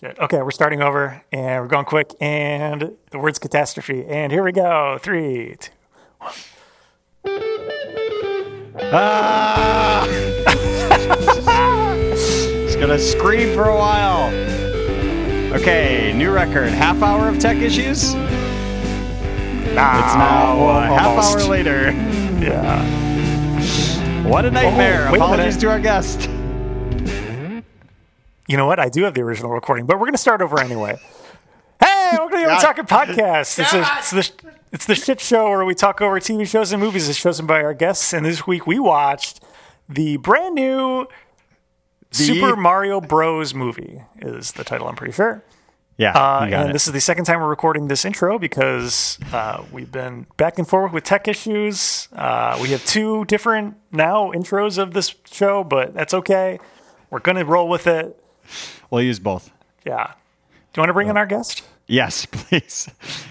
Shit. Okay, we're starting over and we're going quick. And the word's catastrophe. And here we go. Three, two. Ah! It's gonna scream for a while. Okay, new record. Half hour of tech issues. It's now uh, half hour almost. later. Yeah. What a nightmare! Oh, wait a Apologies minute. to our guest. You know what? I do have the original recording, but we're going to start over anyway. hey, welcome to the We're God. Talking Podcast. It's, a, it's, the, it's the shit show where we talk over TV shows and movies as chosen by our guests. And this week we watched the brand new Super Mario Bros. movie, is the title, I'm pretty sure. Yeah, Uh, you got and it. this is the second time we're recording this intro because uh, we've been back and forth with tech issues. Uh, we have two different now intros of this show, but that's okay. We're going to roll with it. we'll use both. Yeah. Do you want to bring in our guest? Yes, please.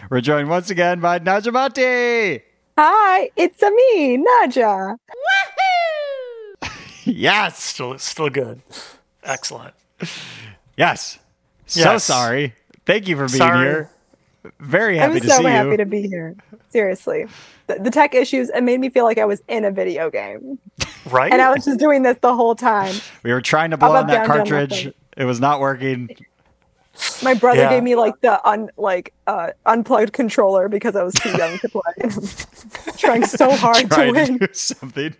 We're joined once again by Najamati. Hi, it's a me, Naja. Yes, Still, still good. Excellent. yes. So Yes. sorry. Thank you for being Sorry. here. Very happy I'm to so see happy you. to be here. Seriously, the, the tech issues it made me feel like I was in a video game, Right? and I was just doing this the whole time. We were trying to blow about on that down, down, cartridge. nothing? It was not working. My brother Yeah. gave me like the un like uh, unplugged controller because I was too young to play. Trying so hard to Trying win. to do something.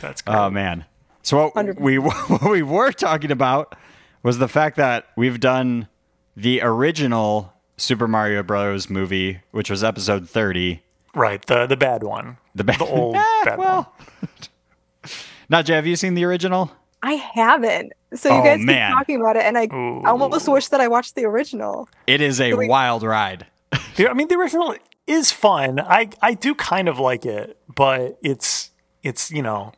that's great. Oh man. So what 100%. we what we were talking about was the fact that we've done the original Super Mario Bros. movie, which was episode thirty. right. The the bad one. The, ba- The old Ah, bad one. well. Najee, have you seen the original? I haven't. So you Oh, guys man. keep talking about it, and I I almost wish that I watched the original. It is a wild ride. The- I mean, the original is fun. I, I do kind of like it, but it's it's you know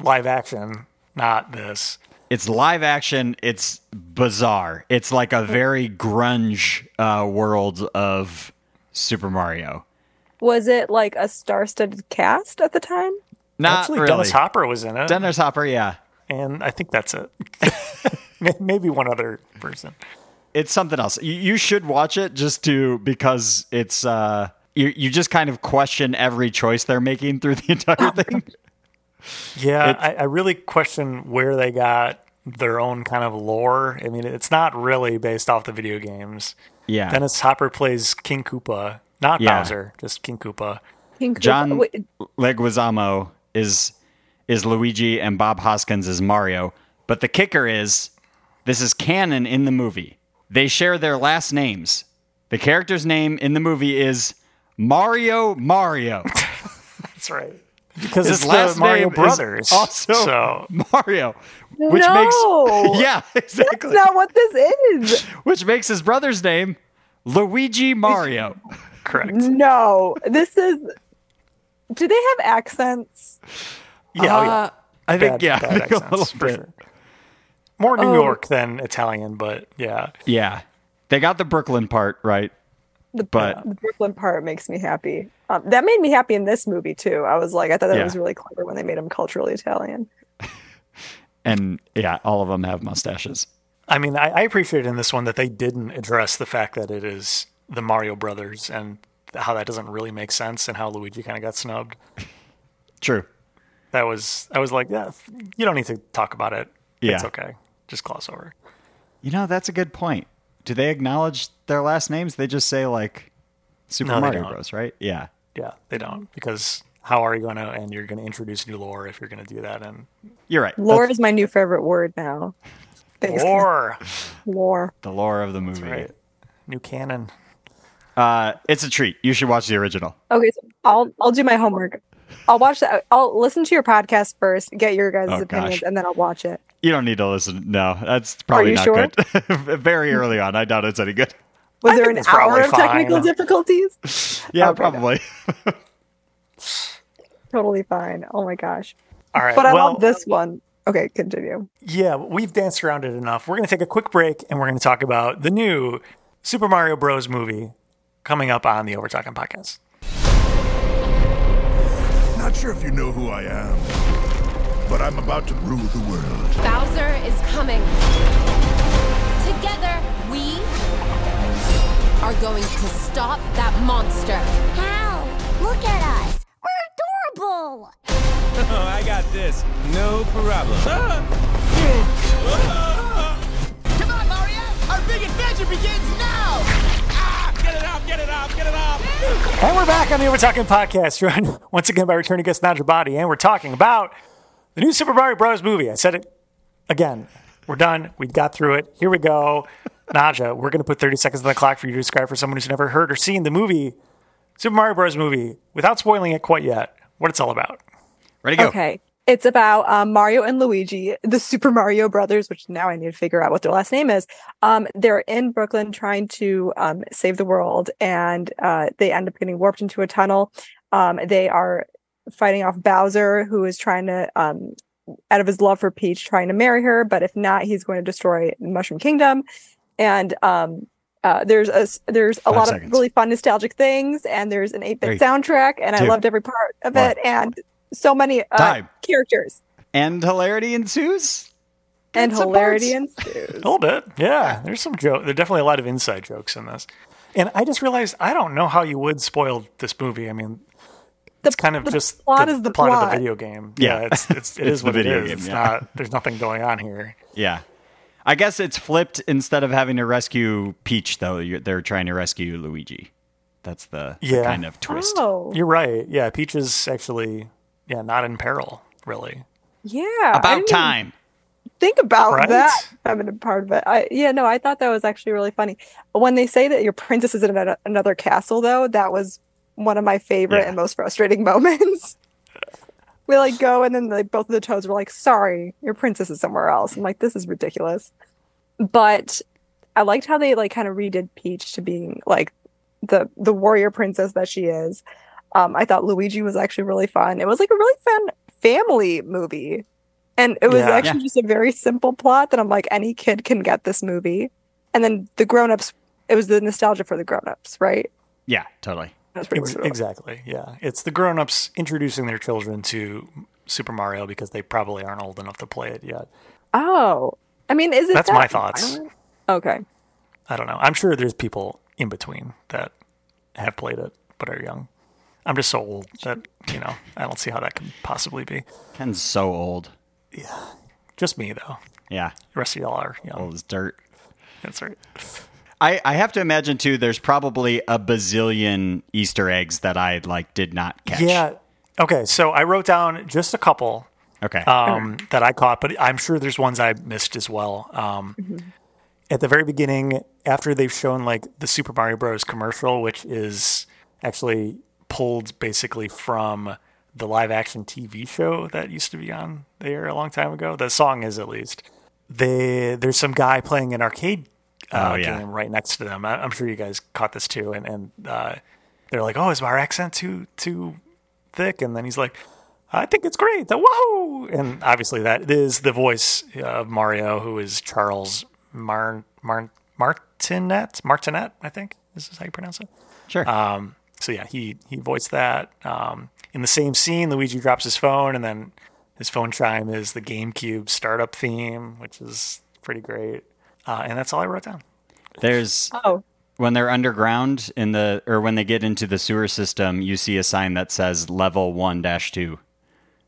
live action, not this. It's live action. It's bizarre. It's like a very grunge uh, world of Super Mario. Was it like a star-studded cast at the time? Not Actually, really. Dennis Hopper was in it, Dennis Hopper, yeah. and I think that's it. May- Maybe one other person. it's something else. You, you should watch it just to because it's uh you you just kind of question every choice they're making through the entire thing. Yeah, I, I really question where they got their own kind of lore. I mean, it's not really based off the video games. Yeah. Dennis Hopper plays King Koopa, not Yeah. Bowser, just King Koopa. King Koopa- John wait, Leguizamo is is Luigi and Bob Hoskins is Mario. But the kicker is this is canon in the movie. They share their last names. The character's name in the movie is Mario Mario. That's right. Because His it's last the Mario name is Brothers. also so Mario. Which No. makes Yeah, exactly. that's not what this is. which makes his brother's name Luigi Mario. correct. No, this is. Do they have accents? Yeah, oh, yeah. Uh, I think Bad- yeah, bad I think a accents, little for bit. sure. More New York than Italian, but yeah. Yeah, they got the Brooklyn part right, The, But- the Brooklyn part makes me happy. Um, that made me happy in this movie too. I was like, I thought that Yeah. was really clever when they made him culturally Italian. and yeah, all of them have mustaches. I mean, I, I appreciate in this one that they didn't address the fact that it is the Mario Brothers and how that doesn't really make sense and how Luigi kind of got snubbed. True. That was I was like, yeah, f- you don't need to talk about it. It's Yeah. okay. Just gloss over. You know that's a good point. Do they acknowledge their last names? They just say like Super No, they Mario don't. Bros. Right? Yeah. Yeah, they don't because how are you going to and you're going to introduce new lore if you're going to do that and You're right. Lore is my new favorite word now. Thanks. lore, Lore. The lore of the movie. right? New canon. Uh, it's a treat. You should watch the original. Okay, so I'll I'll do my homework. I'll watch that. I'll listen to your podcast first, get your guys' Oh, opinions, gosh. and then I'll watch it. You don't need to listen. No, that's probably you not sure? good. Very early on, I doubt it's any good. Was I there think an it's hour probably of technical fine. difficulties? Yeah, Okay. probably. totally fine. Oh my gosh! All right. But I well, love this one. Okay, continue. Yeah, we've danced around it enough. We're going to take a quick break and we're going to talk about the new Super Mario Bros. movie coming up on the Overtalking podcast. Not sure if you know who I am, but I'm about to rule the world. Bowser is coming. Together, we are going to stop that monster. How? Look at us. We're adorable. Oh, I got this. No problem. Come on, Mario! Our big adventure begins now! Ah, get it off, get it off, get it off! And we're back on the Over Talking Podcast, run once again by returning guest Nigel Body, and we're talking about the new Super Mario Bros. movie. I said it again. We're done. We got through it. Here we go. Naja, we're going to put 30 seconds on the clock for you to describe for someone who's never heard or seen the movie, Super Mario Bros. movie, without spoiling it quite yet, what it's all about. Ready, go. Okay. It's about um, Mario and Luigi, the Super Mario Brothers, which now I need to figure out what their last name is. Um, they're in Brooklyn trying to um, save the world, and uh, they end up getting warped into a tunnel. Um, they are fighting off Bowser, who is trying to, um, out of his love for Peach, trying to marry her, but if not, he's going to destroy the Mushroom Kingdom. And um, uh, there's a there's a Five lot seconds. of really fun nostalgic things, and there's an eight Three, bit soundtrack, and two, I loved every part of one. it, and so many uh, Time. characters. And hilarity ensues. and It's a hilarity bunch. ensues. A little bit. Yeah. There's some joke. There's definitely a lot of inside jokes in this. And I just realized I don't know how you would spoil this movie. I mean, The, it's kind of the just plot is the plot, of plot. the video game. Yeah. it's, it's, it It's is the what it video is. game, it's yeah. not, there's nothing going on here. Yeah. I guess it's flipped instead of having to rescue Peach, though. You're, they're trying to rescue Luigi. That's the, the Yeah. kind of twist. Oh, You're right. Yeah. Peach is actually, yeah, not in peril, really. yeah. I About didn't time. even think about Right? that. I've been a part of it. I, yeah, no, I thought that was actually really funny. When they say that your princess is in an- another castle, though, that was one of my favorite Yeah. and most frustrating moments. we like go, and then like both of the toads were like, "Sorry, your princess is somewhere else." I'm like, "This is ridiculous," but I liked how they like kind of redid Peach to being like the the warrior princess that she is. Um, I thought Luigi was actually really fun. It was like a really fun family movie, and it was Yeah. actually just a very simple plot that I'm like any kid can get this movie. And then the grown ups, it was the nostalgia for the grown ups, right? Yeah, totally. That's pretty Ex- much what it was. exactly. Yeah. It's the grown ups introducing their children to Super Mario because they probably aren't old enough to play it yet. Oh, I mean, is it? That's that my thoughts. violent? Okay, I don't know. I'm sure there's people in between that have played it but are young. I'm just so old that, you know, I don't see how that could possibly be. Ken's so old. Just me, though. Yeah, The rest of y'all are young. old as dirt. That's right. I, I have to imagine too. There's probably a bazillion Easter eggs that I like did not catch. Yeah. Okay. So I wrote down just a couple Okay. Uh, um, that I caught, but I'm sure there's ones I missed as well. Um, Mm-hmm. At the very beginning, after they've shown like the Super Mario Bros. commercial, which is actually pulled basically from the live action TV show that used to be on the air a long time ago. The song is at least. They there's some guy playing an arcade uh, Oh, yeah. game right next to them. I, I'm sure you guys caught this too, and and uh, they're like, "Oh, is our accent too too thick?" And then he's like, "I think it's great." The whoa! And obviously, that is the voice of Mario, who is Charles Mar- Mar- Martinet. Martinet, I think this is how you pronounce it. sure. uh, Um, so yeah, he he voiced that. Um, in the same scene, Luigi drops his phone, and then his phone chime is the GameCube startup theme, which is pretty great. Uh, and that's all I wrote down. there's Oh, when they're underground in the or when they get into the sewer system, you see a sign that says level one dash two.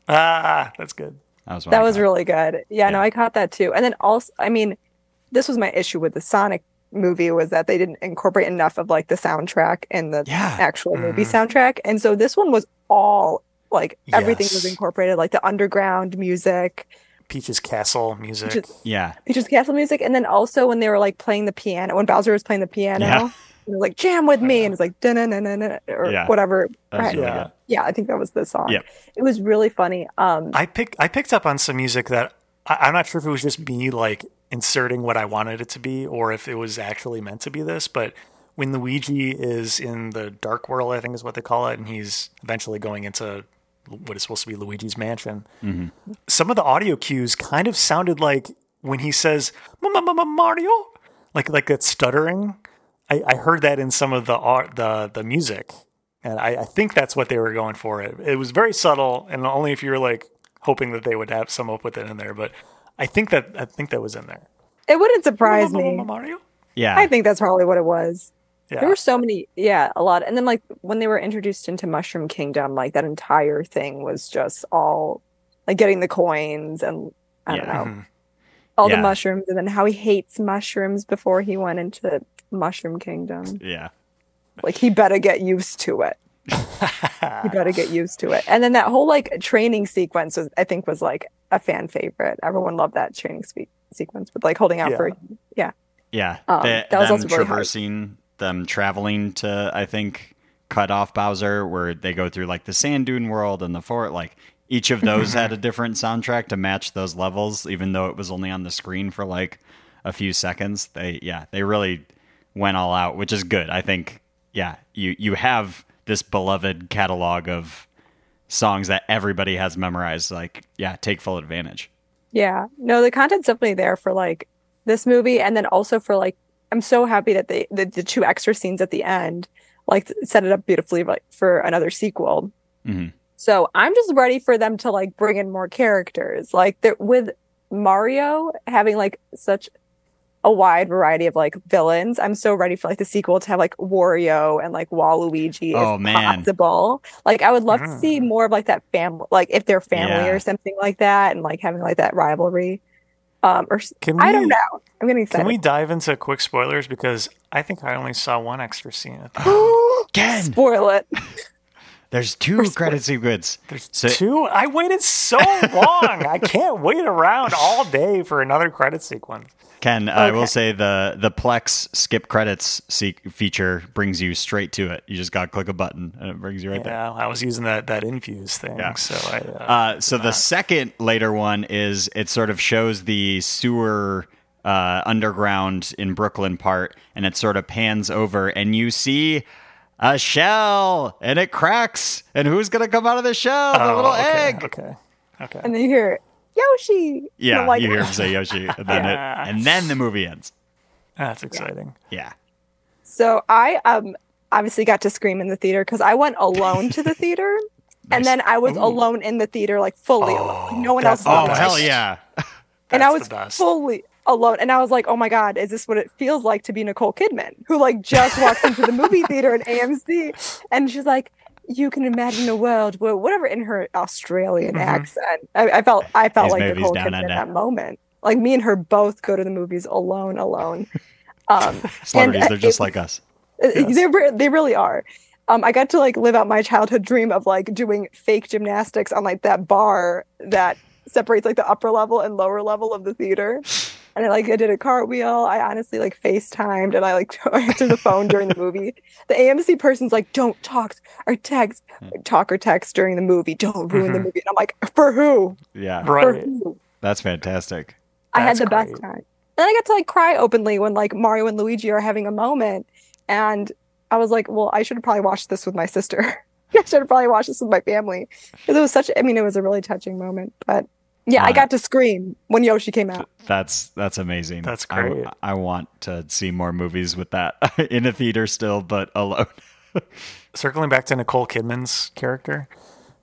Ah, that's good. That was what that I was got. really good. Yeah, no, Yeah. I caught that too. And then also, I mean, this was my issue with the Sonic movie was that they didn't incorporate enough of like the soundtrack and the Yeah. Mm. actual movie soundtrack. And so this one was all like everything was Yes. incorporated, like the underground music, Peach's Castle music. Just- yeah. Peach's Castle music, and then also when they were like playing the piano, when Bowser was playing the piano, Yeah. and they were like jam with me, and it's like dun dun dun dun or Yeah. whatever. That was Right. really Yeah. good. Yeah, I think that was the song. Yep. It was really funny. Um, I pick I picked up on some music that I, I'm not sure if it was just me like inserting what I wanted it to be or if it was actually meant to be this, but when Luigi is in the dark world, I think is what they call it, and he's eventually going into what is supposed to be Luigi's mansion. Some of the audio cues kind of sounded like when he says "Mario," like like that stuttering. I, I heard that in some of the art, the the music, and I, I think that's what they were going for. It it was very subtle, and only if you were like hoping that they would have some up with it in there. But I think that I think that was in there. it wouldn't surprise me. Mario. Yeah. I think that's probably what it was. Yeah. There were so many, yeah, a lot. And then like when they were introduced into Mushroom Kingdom, like that entire thing was just all like getting the coins and I don't Yeah. know. All Yeah. the mushrooms and then how he hates mushrooms before he went into Mushroom Kingdom. Yeah. Like he better get used to it. you better get used to it. And then that whole like training sequence was I think was like a fan favorite. Everyone loved that training spe- sequence with like holding out Yeah. for Yeah. Um, Th- that was them also really hard. traversing, them traveling to, I think, cut off Bowser, where they go through like the sand dune world and the fort. Like each of those had a different soundtrack to match those levels, even though it was only on the screen for like a few seconds. They, yeah, they really went all out, which is good. I think, yeah, you, you have this beloved catalog of songs that everybody has memorized. Like, yeah, take full advantage. Yeah. No, the content's definitely there for like this movie and then also for like I'm so happy that they the, the two extra scenes at the end like set it up beautifully like for another sequel. Mhm. So I'm just ready for them to like bring in more characters. Like they're- with Mario having like such a wide variety of like villains. I'm so ready for like the sequel to have like Wario and like Waluigi if Oh, man. possible. Like I would love to see more of like that family, like if they're family Yeah. or something like that, and like having like that rivalry. Um, or s- Can I we- don't know. I'm getting Can excited. we dive into quick spoilers because I think I only saw one extra scene. At the- Ken, Spoil it. there's two credit sequence. There's So- two. I waited so long. I can't wait around all day for another credit sequence. Ken, I will say the the Plex skip credits se- feature brings you straight to it. You just got to click a button and it brings you right there. Yeah, I was using that that infuse thing. Yeah. So I, uh, Uh, so the second later one is it sort of shows the sewer uh, underground in Brooklyn part, and it sort of pans over, and you see a shell, and it cracks, and who's gonna come out of the shell? The oh, little okay, egg. Okay. Okay. And then you hear Yoshi. Yeah, You're like, you hear him say Yoshi, and then Yeah. it, and then the movie ends. That's exciting. Yeah. So I um obviously got to scream in the theater because I went alone to the theater, and then I was alone in the theater, like fully alone. No one that's else. the Oh was best. hell yeah! and That's I the was best. fully alone. And I was like, oh my God, is this what it feels like to be Nicole Kidman, who like just walks into the movie theater in AMC? And she's like, you can imagine a world where whatever in her Australian accent. I, I felt I Mm-hmm. These felt like movies Nicole down Kidman at under. that moment. Like me and her both go to the movies alone, alone. Um, Celebrities, and they're just it- like us. they re- they really are. Um, I got to like live out my childhood dream of like doing fake gymnastics on like that bar that separates like the upper level and lower level of the theater. And I like I did a cartwheel. I honestly like FaceTimed and I like answered the phone during the movie. The AMC person's like, don't talk or text, talk or text during the movie. Don't ruin the movie. And I'm like, for who? Yeah, For Right. who? that's fantastic. I had That's the great. best time. Then I got to like cry openly when like Mario and Luigi are having a moment. And I was like, well, I should have probably watched this with my sister. I should have probably watched this with my family. Because it was such, I mean, it was a really touching moment. But yeah, I Right. got to scream when Yoshi came out. That's that's amazing. That's I- great. I, want to see more movies with that in a theater still, but alone. circling back to Nicole Kidman's character.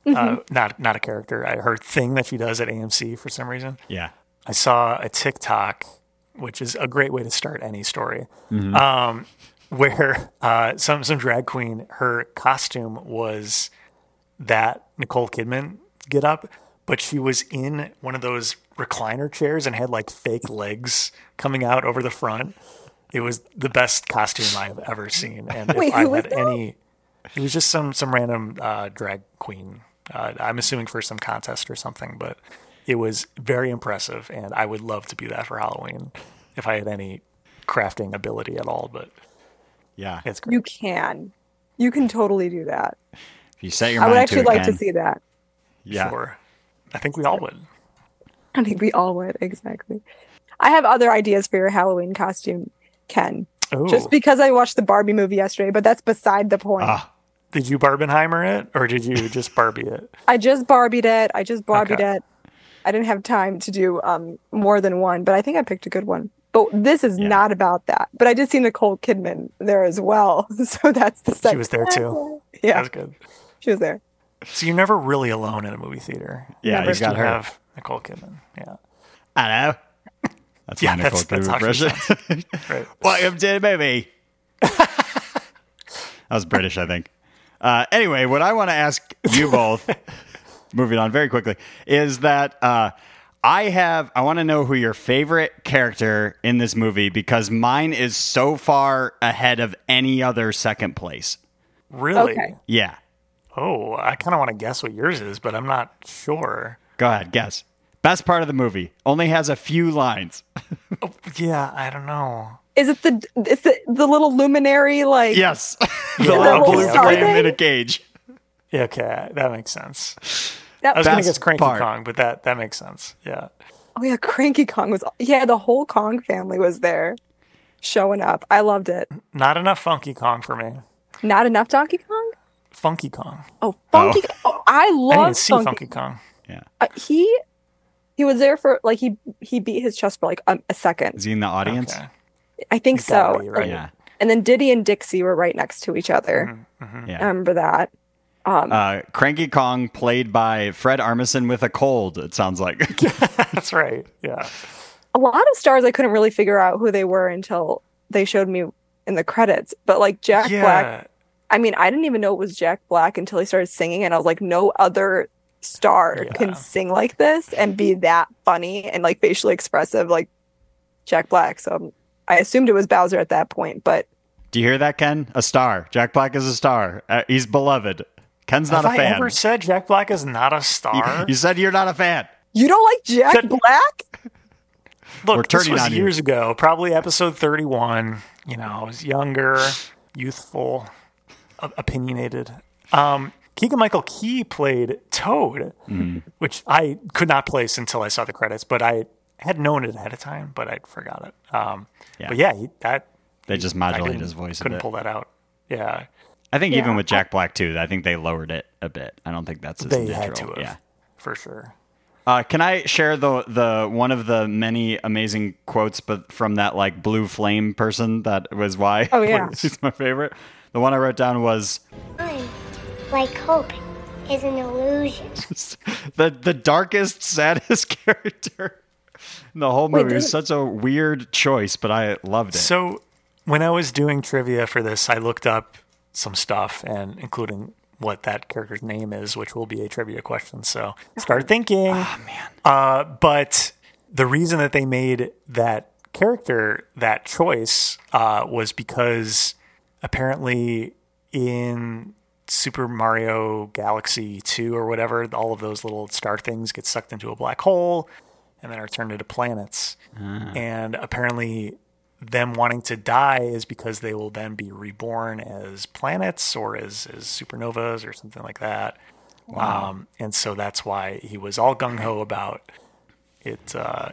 Uh, not not a character. I heard thing that she does at AMC for some reason. Yeah, I saw a TikTok, which is a great way to start any story, um, where uh, some some drag queen her costume was that Nicole Kidman get up, but she was in one of those recliner chairs and had like fake legs coming out over the front. It was the best costume I have ever seen, and if Wait, I who was had that? any, it was just some some random uh, drag queen. Uh, I'm assuming for some contest or something, but it was very impressive, and I would love to be that for Halloween if I had any crafting ability at all. But yeah. it's great. You can. You can totally do that. If you set your I mind would actually to it, like to Ken, see that. Yeah, Sure. I think we all would. I think we all would. Exactly. I have other ideas for your Halloween costume, Ken. Oh, Just because I watched the Barbie movie yesterday, but that's beside the point. Ah, did you Barbenheimer it, or did you just Barbie it? I just Barbied it. I just Barbied Okay. it. I didn't have time to do um, more than one, but I think I picked a good one. But this is Yeah. not about that. But I did see Nicole Kidman there as well, so that's the She second. was there too. That Yeah, was good. she was there. So you're never really alone in a movie theater. yeah. You Just got to her. have Nicole Kidman. Yeah. I know. That's Yeah, my Nicole that's- that's Kidman how she impression. Right. Welcome to the movie. That was British, I think. Uh, anyway, what I want to ask you both, moving on very quickly, is that uh, I have, I want to know who your favorite character in this movie because mine is so far ahead of any other second place. Really? Okay. Yeah. Oh, I kind of want to guess what yours is, but I'm not sure. Go ahead, guess. Best part of the movie only has a few lines. Yeah, I don't know. Is it the is it the little luminary like yes, the little blue star flame thing? in a cage. Yeah, Okay, that makes sense. that- I was going to That's guess Cranky part. Kong, but that that makes sense. Yeah. oh yeah, Cranky Kong was yeah, the whole Kong family was there showing up. I loved it. Not enough Funky Kong for me. Not enough Donkey Kong? Funky Kong. Oh Funky oh, I I didn't love even see Funky, Funky Kong. uh, he he was there for like he he beat his chest for like um, a Is second. he in the audience? Okay. I think He's gotta so. be, right? Yeah, And then Diddy and Dixie were right next to each other. I Mm-hmm, yeah. remember that. uh, Cranky Kong, played by Fred Armisen with a cold. It sounds like. That's right. Yeah. A lot of stars I couldn't really figure out who they were until they showed me in the credits. But like Jack yeah. Black, I mean, I didn't even know it was Jack Black until he started singing, and I was like, no other star Yeah. can sing like this and be Mm-hmm. that funny and like facially expressive like Jack Black. So um, I assumed it was Bowser at that point, but Do you hear that, Ken? A star. Jack Black is a star. Uh, he's beloved. Ken's not Have a I fan. ever said Jack Black is not a You- star? you said you're not a fan. you don't like Jack That- Black? Look, We're this turning was on you. years ago, probably episode 31. You know, I was younger, youthful, o- opinionated. Um, Keegan Michael Key played Toad, Mm-hmm. which I could not place until I saw the credits, but I had known it ahead of time, but I forgot it. Um, Yeah. But yeah, he, that They just I modulate couldn't- his voice a Couldn't bit. pull that out. Yeah, I think even Yeah. with Jack Black too, I think they lowered it a bit. I don't think that's his they natural. had to have Yeah. for sure. Uh, can I share the the one of the many amazing quotes, but from that like blue flame person that was why? Oh, yeah. she's my favorite. The one I wrote down was Time, like hope, is an illusion. the the darkest, saddest character in the whole movie. it was such a weird choice, but I loved it. So when I was doing trivia for this, I looked up some stuff and including what that character's name is, which will be a trivia question. So start thinking. Ah, Oh man. Uh, but the reason that they made that character that choice uh, was because apparently in Super Mario Galaxy 2 or whatever, all of those little star things get sucked into a black hole and then are turned into planets. And apparently them wanting to die is because they will then be reborn as planets or as, as supernovas or something like that. Um, and so that's why he was all gung ho about it uh,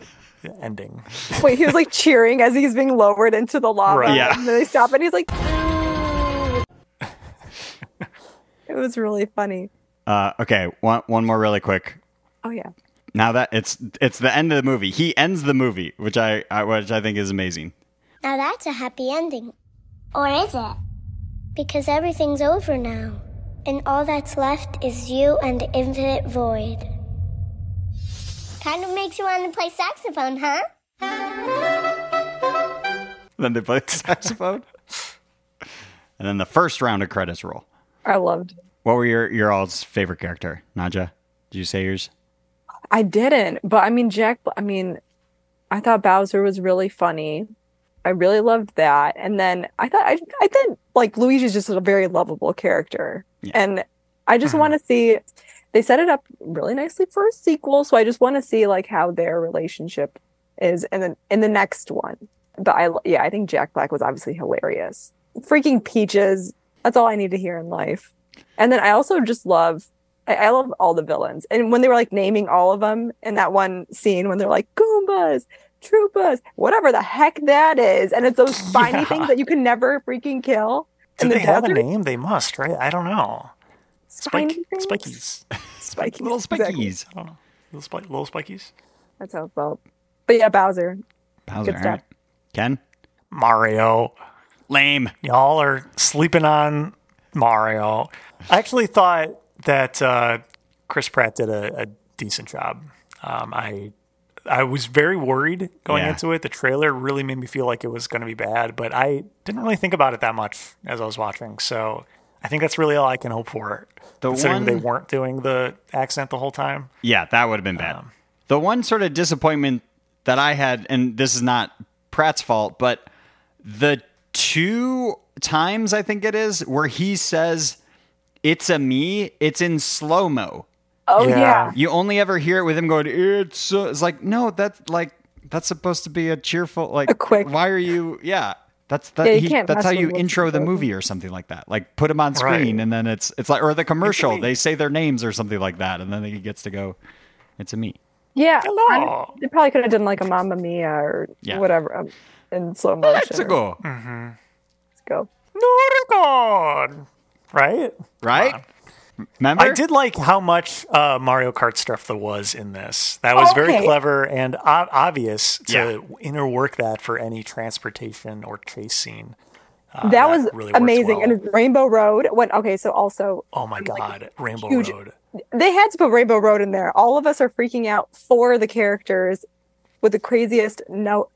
ending. Wait, he was like cheering as he's being lowered into the lava. Right. Yeah. And then they stop and he's like, it was really funny. uh, okay, one one more really quick. Oh, yeah. Now that it's it's the end of the movie, he ends the movie, which I, I which I think is amazing. Now that's a happy ending. Or is it? Because everything's over now, and all that's left is you and the infinite void. Kind of makes you want to play saxophone, huh? Then they play the saxophone, and then the first round of credits roll. I loved it. What were your your all's favorite character? Naja, did you say yours? I didn't, but I mean, Jack, I mean, I thought Bowser was really funny. I really loved that. And then I thought, I, I think like Luigi's just a very lovable character. Yeah. And I just want to see, they set it up really nicely for a sequel. So I just want to see like how their relationship is in the, in the next one. But I, yeah, I think Jack Black was obviously hilarious. Freaking peaches. That's all I need to hear in life. And then I also just love I, I love all the villains. And when they were like naming all of them in that one scene, when they're like Goombas, Troopas, whatever the heck that is, and it's those spiny Yeah. things that you can never freaking kill. Do and they the have a desert- name? They must, right? I don't know. Spike, Spiny things? spikies. Spikies, Little spikies. exactly. I don't know. Little, spike, little spikies. That's how it felt. But yeah, Bowser. Bowser, Good all right. Ken, Mario. lame. Y'all are sleeping on Mario. I actually thought that uh, Chris Pratt did a, a decent job. Um, I I was very worried going Yeah. into it. The trailer really made me feel like it was going to be bad, but I didn't really think about it that much as I was watching. So I think that's really all I can hope for. The considering they one- weren't doing the accent the whole time. Yeah, that would have been bad. the one sort of disappointment that I had, and this is not Pratt's fault, but the two times I think it is where he says, It's a me, it's in slow mo. Oh Yeah. yeah. You only ever hear it with him going, "It's." uh," It's like, no, that's like that's supposed to be a cheerful, like A quick- Why are you? Yeah, that's that. Yeah, you he, can't that's mess how with you what's intro the important. movie or something like that. Like put him on screen, Right. and then it's it's like or the commercial. me. They say their names or something like that, and then he gets to go. It's a me. Yeah. Hello. I- They probably could have done like a Mamma Mia or Yeah. whatever um, in slow motion. Let's go. Let's go. Noricon! Right? Right. Remember, I did like how much uh, Mario Kart stuff there was in this. That was very Okay. clever and ob- obvious to Yeah. interwork that for any transportation or chase scene. Uh, that that was really works amazing. well. And Rainbow Road went okay. So also, Oh my god, Rainbow huge- Road. they had to put Rainbow Road in there. All of us are freaking out for the characters with the craziest no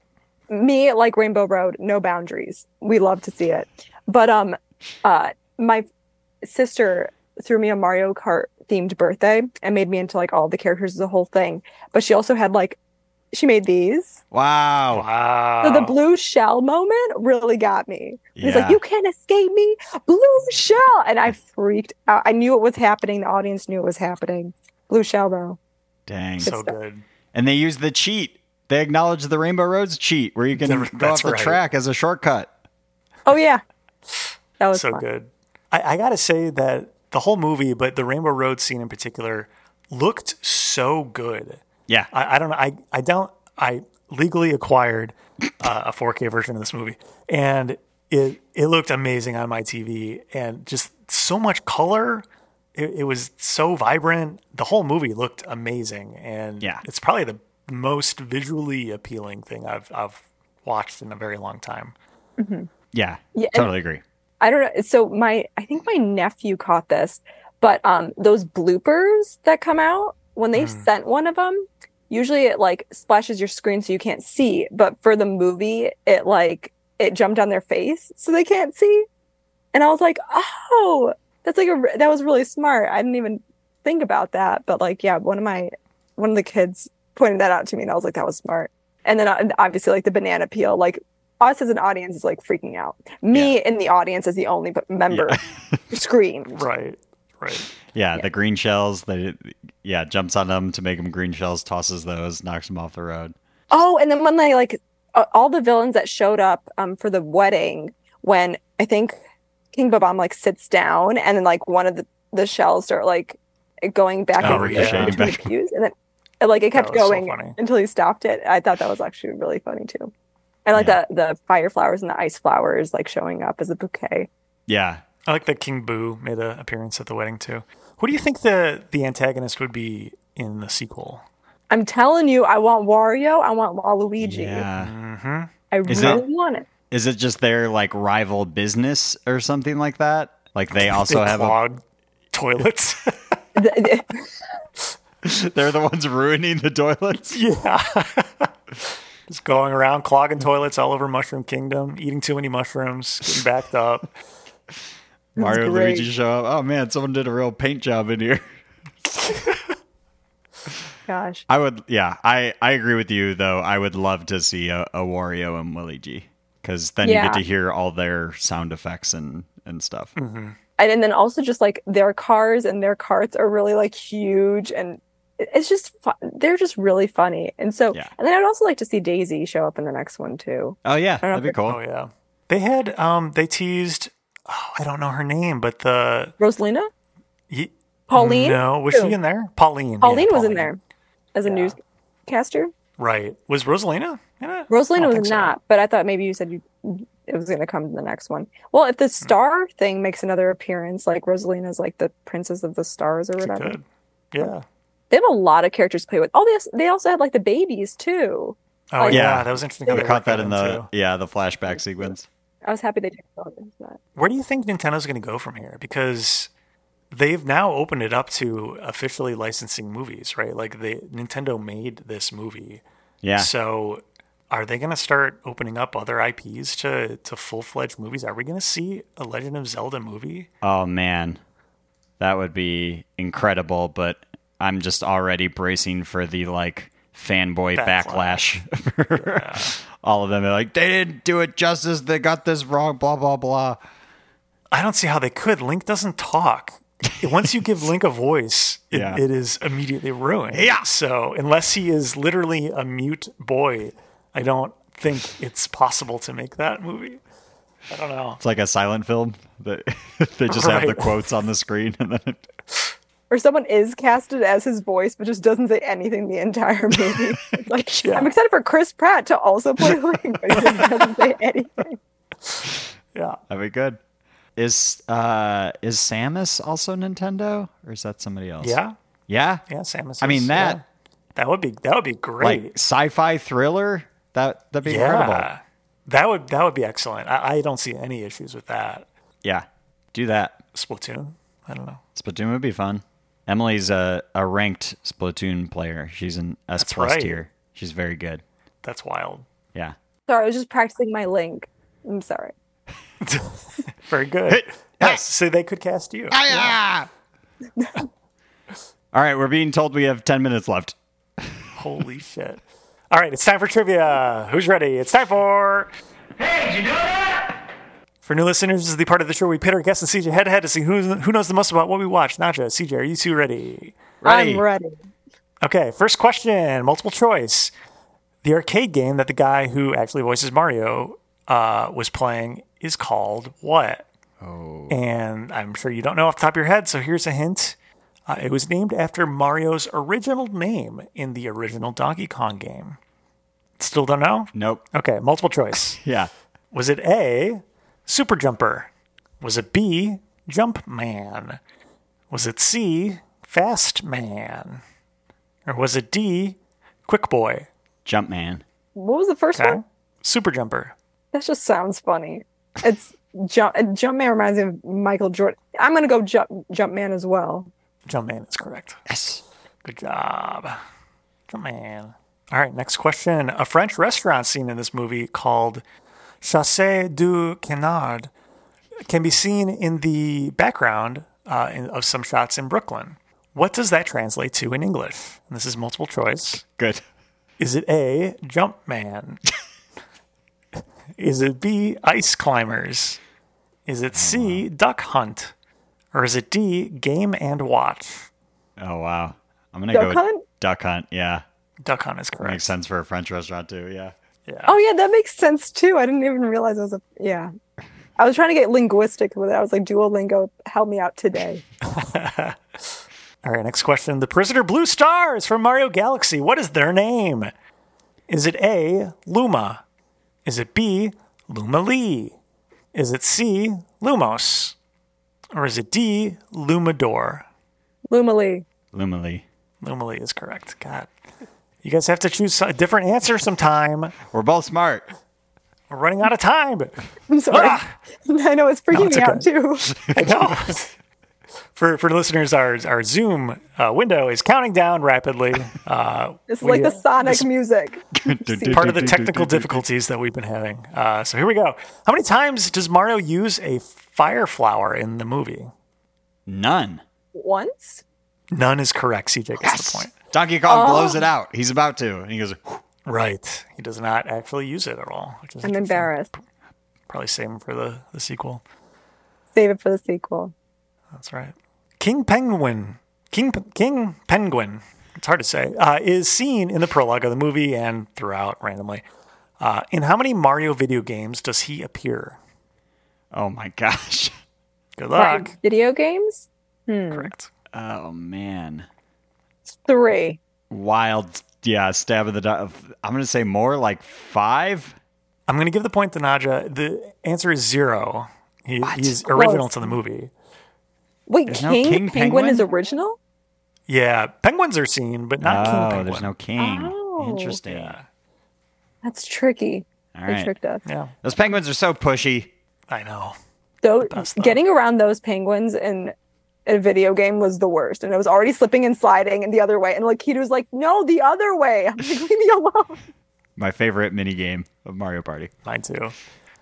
me like Rainbow Road, no boundaries. We love to see it. But um uh my sister threw me a Mario Kart themed birthday and made me into like all the characters the whole thing. But she also had like she made these. wow. Wow. So the blue shell moment really got me. He's Yeah. like, You can't escape me, blue shell. And I freaked out. I knew it was happening. The audience knew it was happening. Blue shell though. Dang. so good. and they use the cheat. They acknowledge the Rainbow Roads cheat, where you can That's go off the right. track as a shortcut. Oh yeah, that was so fun. good. I, I gotta say that the whole movie, but the Rainbow Road scene in particular, looked so good. Yeah. I, I don't know. I, I don't. I legally acquired uh, a 4K version of this movie, and it it looked amazing on my TV, and just so much color. It, it was so vibrant. The whole movie looked amazing, and Yeah. it's probably the most visually appealing thing I've I've watched in a very long time. yeah. Yeah, and- Totally agree. I don't know. So my, I think my nephew caught this, but um, those bloopers that come out when they've sent one of them, usually it like splashes your screen so you can't see. But for the movie, it like it jumped on their face so they can't see. And I was like, oh, that's like a re- that was really smart. I didn't even think about that, but like, yeah, one of my one of the kids pointed that out to me, and I was like, that was smart. And then uh, and obviously, like the banana peel, like us as an audience is like freaking out. Me in the audience as the only p- member screamed. Right. Right. Yeah, the green shells. They, yeah, jumps on them to make them green shells. Tosses those, knocks them off the road. Oh, and then when they like uh, all the villains that showed up um, for the wedding, when I think King Babam like sits down, and then like one of the, the shells start like going back Oh, and forth ricocheting between back. the pews, and then and, like it That kept was so going funny. until he stopped it. I thought that was actually really funny too. And like the the fire flowers and the ice flowers like showing up as a bouquet. Yeah, I like that King Boo made an appearance at the wedding too. What do you think the the antagonist would be in the sequel? I'm telling you, I want Wario. I want Waluigi. yeah. I Is really it- want it. Is it just their like rival business or something like that? Like they also They have a, clog toilets. The- the- they're the ones ruining the toilets. yeah. Just going around clogging toilets all over Mushroom Kingdom, eating too many mushrooms, getting backed up. Mario and great. Luigi show up. Oh man, someone did a real paint job in here. Gosh, I would, yeah, I I agree with you though. I would love to see a, a Wario and Willy G because then you Yeah. get to hear all their sound effects and and stuff. and, and then also just like their cars and their carts are really like huge, and it- it's just fun. They're just really funny, and so Yeah. and then I'd also like to see Daisy show up in the next one too. Oh yeah, know that'd be if- cool. Oh yeah. They had um they teased oh, I don't know her name, but the Rosalina, y- Pauline, No, was Who? she in there? Pauline. yeah, Pauline was in there as a newscaster. Right. Was Rosalina in it? I don't Rosalina think was so. not, but I thought maybe you said you it was going to come in the next one. Well, if the Hmm. star thing makes another appearance, like Rosalina's like the princess of the stars or whatever. Good. Yeah. Oh, they have a lot of characters to play with. Oh, they also, they also had like the babies too. Oh yeah, yeah. that was interesting. I how they caught worked that in the into- yeah the flashback sequence. I was happy they did that. Where do you think Nintendo's going to go from here? Because they've now opened it up to officially licensing movies, right? Like they Nintendo made this movie, Yeah. So are they going to start opening up other IPs to to full fledged movies? Are we going to see a Legend of Zelda movie? Oh man, that would be incredible. But I'm just already bracing for the like fanboy backlash. for All of them are like, they didn't do it justice. They got this wrong. Blah blah blah. I don't see how they could. Link doesn't talk. Once you give Link a voice, it, Yeah. it is immediately ruined. Yeah. So unless he is literally a mute boy, I don't think it's possible to make that movie. I don't know. It's like a silent film. That they just have the Right. quotes on the screen, and then Or someone is casted as his voice, but just doesn't say anything the entire movie. It's like I'm excited for Chris Pratt to also play Link, but he just doesn't say anything. Yeah. that'd be good. Is uh is Samus also Nintendo, or is that somebody else? Yeah. yeah, Yeah. Samus. I mean is- that yeah. That would be that would be great. like sci-fi thriller. That that'd be incredible. yeah. That would that would be excellent. I, I don't see any issues with that. Yeah, do that. Splatoon. I don't know. Splatoon would be fun. Emily's a, a ranked Splatoon player. She's an S plus right. tier. She's very good. That's wild. Yeah. Sorry, I was just practicing my Link. I'm sorry. Very good. yes. So they could cast you. All right, we're being told we have ten minutes left. Holy shit. All right, it's time for trivia. Who's ready? It's time for. Hey, did you do that? For new listeners, this is the part of the show where we pit our guests and CJ head to head to see who, who knows the most about what we watch. Naja, CJ, are you two ready? Ready? I'm ready. Okay, first question, multiple choice. The arcade game that the guy who actually voices Mario uh, was playing is called what? Oh. And I'm sure you don't know off the top of your head, so here's a hint. Uh, it was named after Mario's original name in the original Donkey Kong game. Still don't know? Nope. Okay, multiple choice. Yeah. Was it A, Super Jumper? Was it B, Jump Man? Was it C, Fast Man? Or was it D, Quick Boy? Jumpman. What was the first Okay. one? Super Jumper. That just sounds funny. It's jump. Jumpman reminds me of Michael Jordan. I'm gonna go jump Jumpman as well. Jump Man is correct. Yes. Good job. Jump Man. All right, next question. A French restaurant scene in this movie called Chasse du Canard can be seen in the background uh, in, of some shots in Brooklyn. What does that translate to in English? And this is multiple choice. Good. Is it A, jump man? is it B, ice climbers? Is it C, duck hunt? Or is it D, game and watch? Oh wow. I'm gonna Duck go with Hunt? Duck Hunt. Yeah. Duck hunt is correct. Makes sense for a French restaurant too. Yeah. Oh yeah, that makes sense too. I didn't even realize I was a yeah. I was trying to get linguistic with it. I was like, Duolingo, help me out today. All right, next question. The prisoner Blue Star is from Mario Galaxy. What is their name? Is it A, Luma? Is it B, Luma Lee? Is it C, Lumos? Or is it D, Lumador? Lumily. Lumily. Lumily is correct. God. You guys have to choose a different answer sometime. We're both smart. We're running out of time. I'm sorry. Ah! I know it's freaking it's me out too. I know. For, for listeners, our, our Zoom uh, window is counting down rapidly. Uh, It's we- like the Sonic music. part of the technical difficulties that we've been having. Uh, so here we go. How many times does Mario use a fire flower in the movie? None. Once. None is correct. CJ gets the point. Oh. Donkey Kong blows it out. He's about to, and he goes. Right. He does not actually use it at all, which is I'm embarrassed. probably same for the, the sequel. Save it for the sequel. That's right. King Penguin, King P- King Penguin. It's hard to say. Uh, is seen in the prologue of the movie and throughout randomly. Uh, in how many Mario video games does he appear? Oh my gosh. Good luck. Right, Video games? Correct. Oh man. Three. Wild. Yeah. Stab of the. Di- I'm gonna say more like five. I'm going to give the point to Naja. The answer is zero. He, he's original Close. to the movie. Wait, There's King, no King Penguin, is Penguin? original? Yeah, penguins are seen, but not oh, King Penguin. there's no king. Oh. Interesting. That's tricky. All They right. tricked us. Yeah, Those penguins are so pushy. I know. Though best, though. getting around those penguins and a video game was the worst. And I was already slipping and sliding and the other way. And like Keita was like, no, the other way. I'm like, leave me alone. My favorite mini game of Mario Party. Mine too.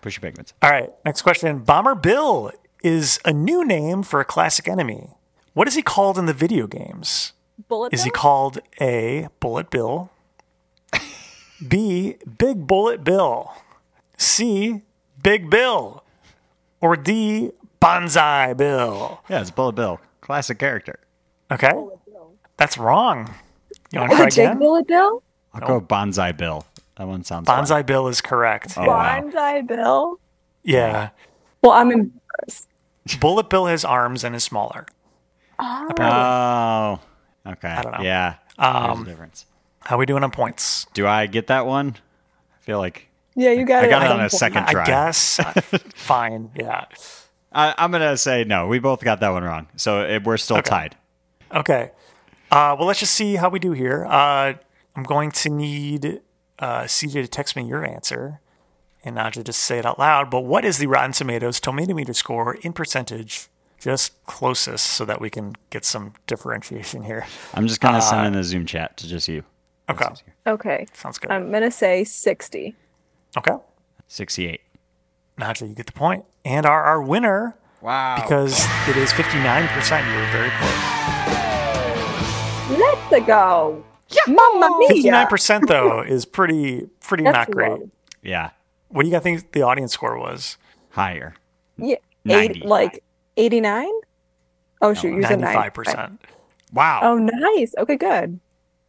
Push your pigments. All right, next question. Bomber Bill is a new name for a classic enemy. What is he called in the video games? Bullet Is he Bill? called A, Bullet Bill? B, Big Bullet Bill? C, Big Bill? Or D, Bonsai Bill? Yeah, it's Bullet Bill. Classic character. Okay. That's wrong. You want to try Jake again? Bullet Bill? I'll go Bonsai Bill. That one sounds fun. Bonsai Bill is correct. Oh, wow. Bonsai Bill? Yeah. Well, I'm embarrassed. Bullet Bill has arms and is smaller. Oh, okay. I don't know. Yeah, um, there's a difference. How we doing on points? Do I get that one? I feel like Yeah, you got I it. got at it on some a point. second I try. guess. Uh, Fine. Yeah. I, I'm gonna say no. We both got that one wrong, so it, we're still tied. Okay. Uh, well, let's just see how we do here. Uh, I'm going to need uh, CJ to text me your answer and not to just say it out loud. But what is the Rotten Tomatoes tomatometer score in percentage? Just closest so that we can get some differentiation here. I'm just Uh, gonna send in the Zoom chat to just you. Okay. Okay. Sounds good. I'm going to say 60. okay. Sixty-eight. Naja, you get the point. And are our winner Wow. because it is 59%. You were very close. Let's go. Mamma mia. Fifty-nine percent though is pretty pretty That's not great. low. yeah, What do you guys think the audience score was? higher. Yeah, 90. eight, like 89? Oh, shoot. You said Ninety-five 95%. percent. Wow. Oh, nice. Okay, good.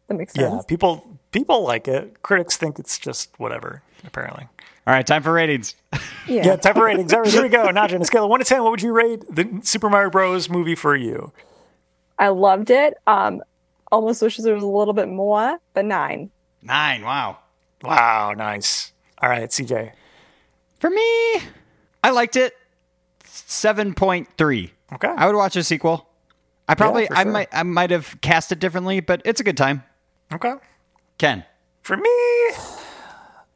That makes sense. Yeah, people people like it. Critics think it's just whatever. Apparently. All right, time for ratings. Yeah. Yeah, type of ratings. All right, here we go. Naja, on a scale of one to ten, what would you rate the Super Mario Bros. movie for you? I loved it. Um, almost wishes there was a little bit more, but nine. Nine. Wow. Wow, nice. All right, CJ. For me, I liked it. Seven point three. Okay. I would watch a sequel. I probably, for I sure. might, I might have cast it differently, but it's a good time. Okay. Ken. For me,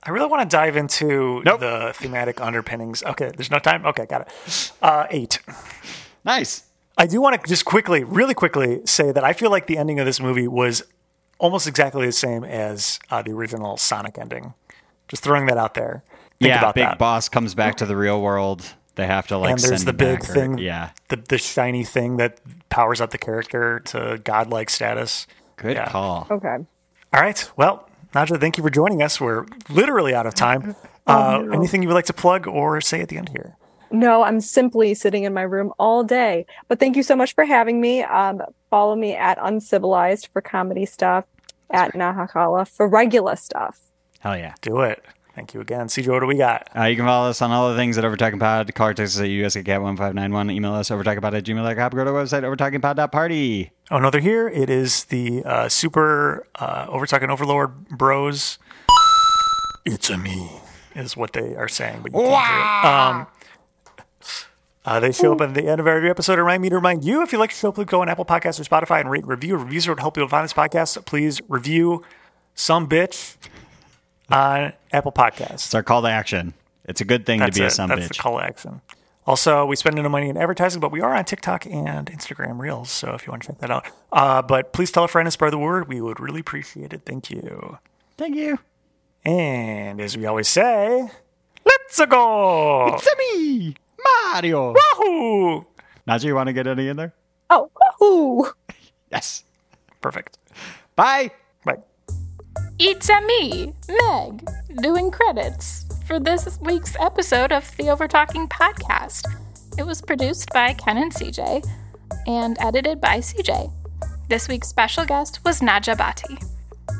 I really want to dive into Nope. the thematic underpinnings. Okay, there's no time. Okay, got it. Uh, eight. Nice. I do want to just quickly, really quickly, say that I feel like the ending of this movie was almost exactly the same as uh, the original Sonic ending. Just throwing that out there. Think yeah, about big that. boss comes back to the real world. They have to like and there's send the him big back or- thing, yeah, the the shiny thing that powers up the character to godlike status. good Yeah. call. Okay. All right, well, Naja, thank you for joining us. We're literally out of time. Uh, Anything you would like to plug or say at the end here? No, I'm simply sitting in my room all day. But thank you so much for having me. Um, follow me at Uncivilized for comedy stuff, at Nahakala for regular stuff. Hell yeah. Do it. Thank you again, CJ. What do we got? Uh, you can follow us on all the things at Overtalking Pod. Call or text us at USACAT1591. Email us overtalkingpod at gmail.com. Go to our website, overtalkingpod.party. Oh, no, they're here. It is the uh, super uh, Overtalk and Overlord bros. It's a me, is what they are saying. But you can't hear it. Um, uh, they show up at the end of every episode. Remind me to remind you if you like the show, please go on Apple Podcasts or Spotify and rate and review. Reviews would help people find this podcast. Please review some bitch on Apple Podcasts. It's our call to action. It's a good thing to be a son That's bitch. the call to action. Also, we spend no money in advertising, but we are on TikTok and Instagram Reels. So if you want to check that out, uh, but please tell a friend and spread the word. We would really appreciate it. Thank you. Thank you. And as we always say, let's go. It's me, Mario. Wahoo! Najee, you want to get any in there? Oh, woohoo! Yes. Perfect. Bye. Bye. It's a me, Meg, doing credits for this week's episode of the Overtalking Podcast. It was produced by Ken and CJ and edited by CJ. This week's special guest was Naja Bhatti.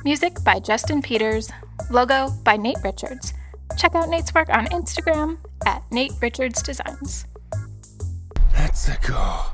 Music by Justin Peters, logo by Nate Richards. Check out Nate's work on Instagram at Nate Richards Designs. Let's go.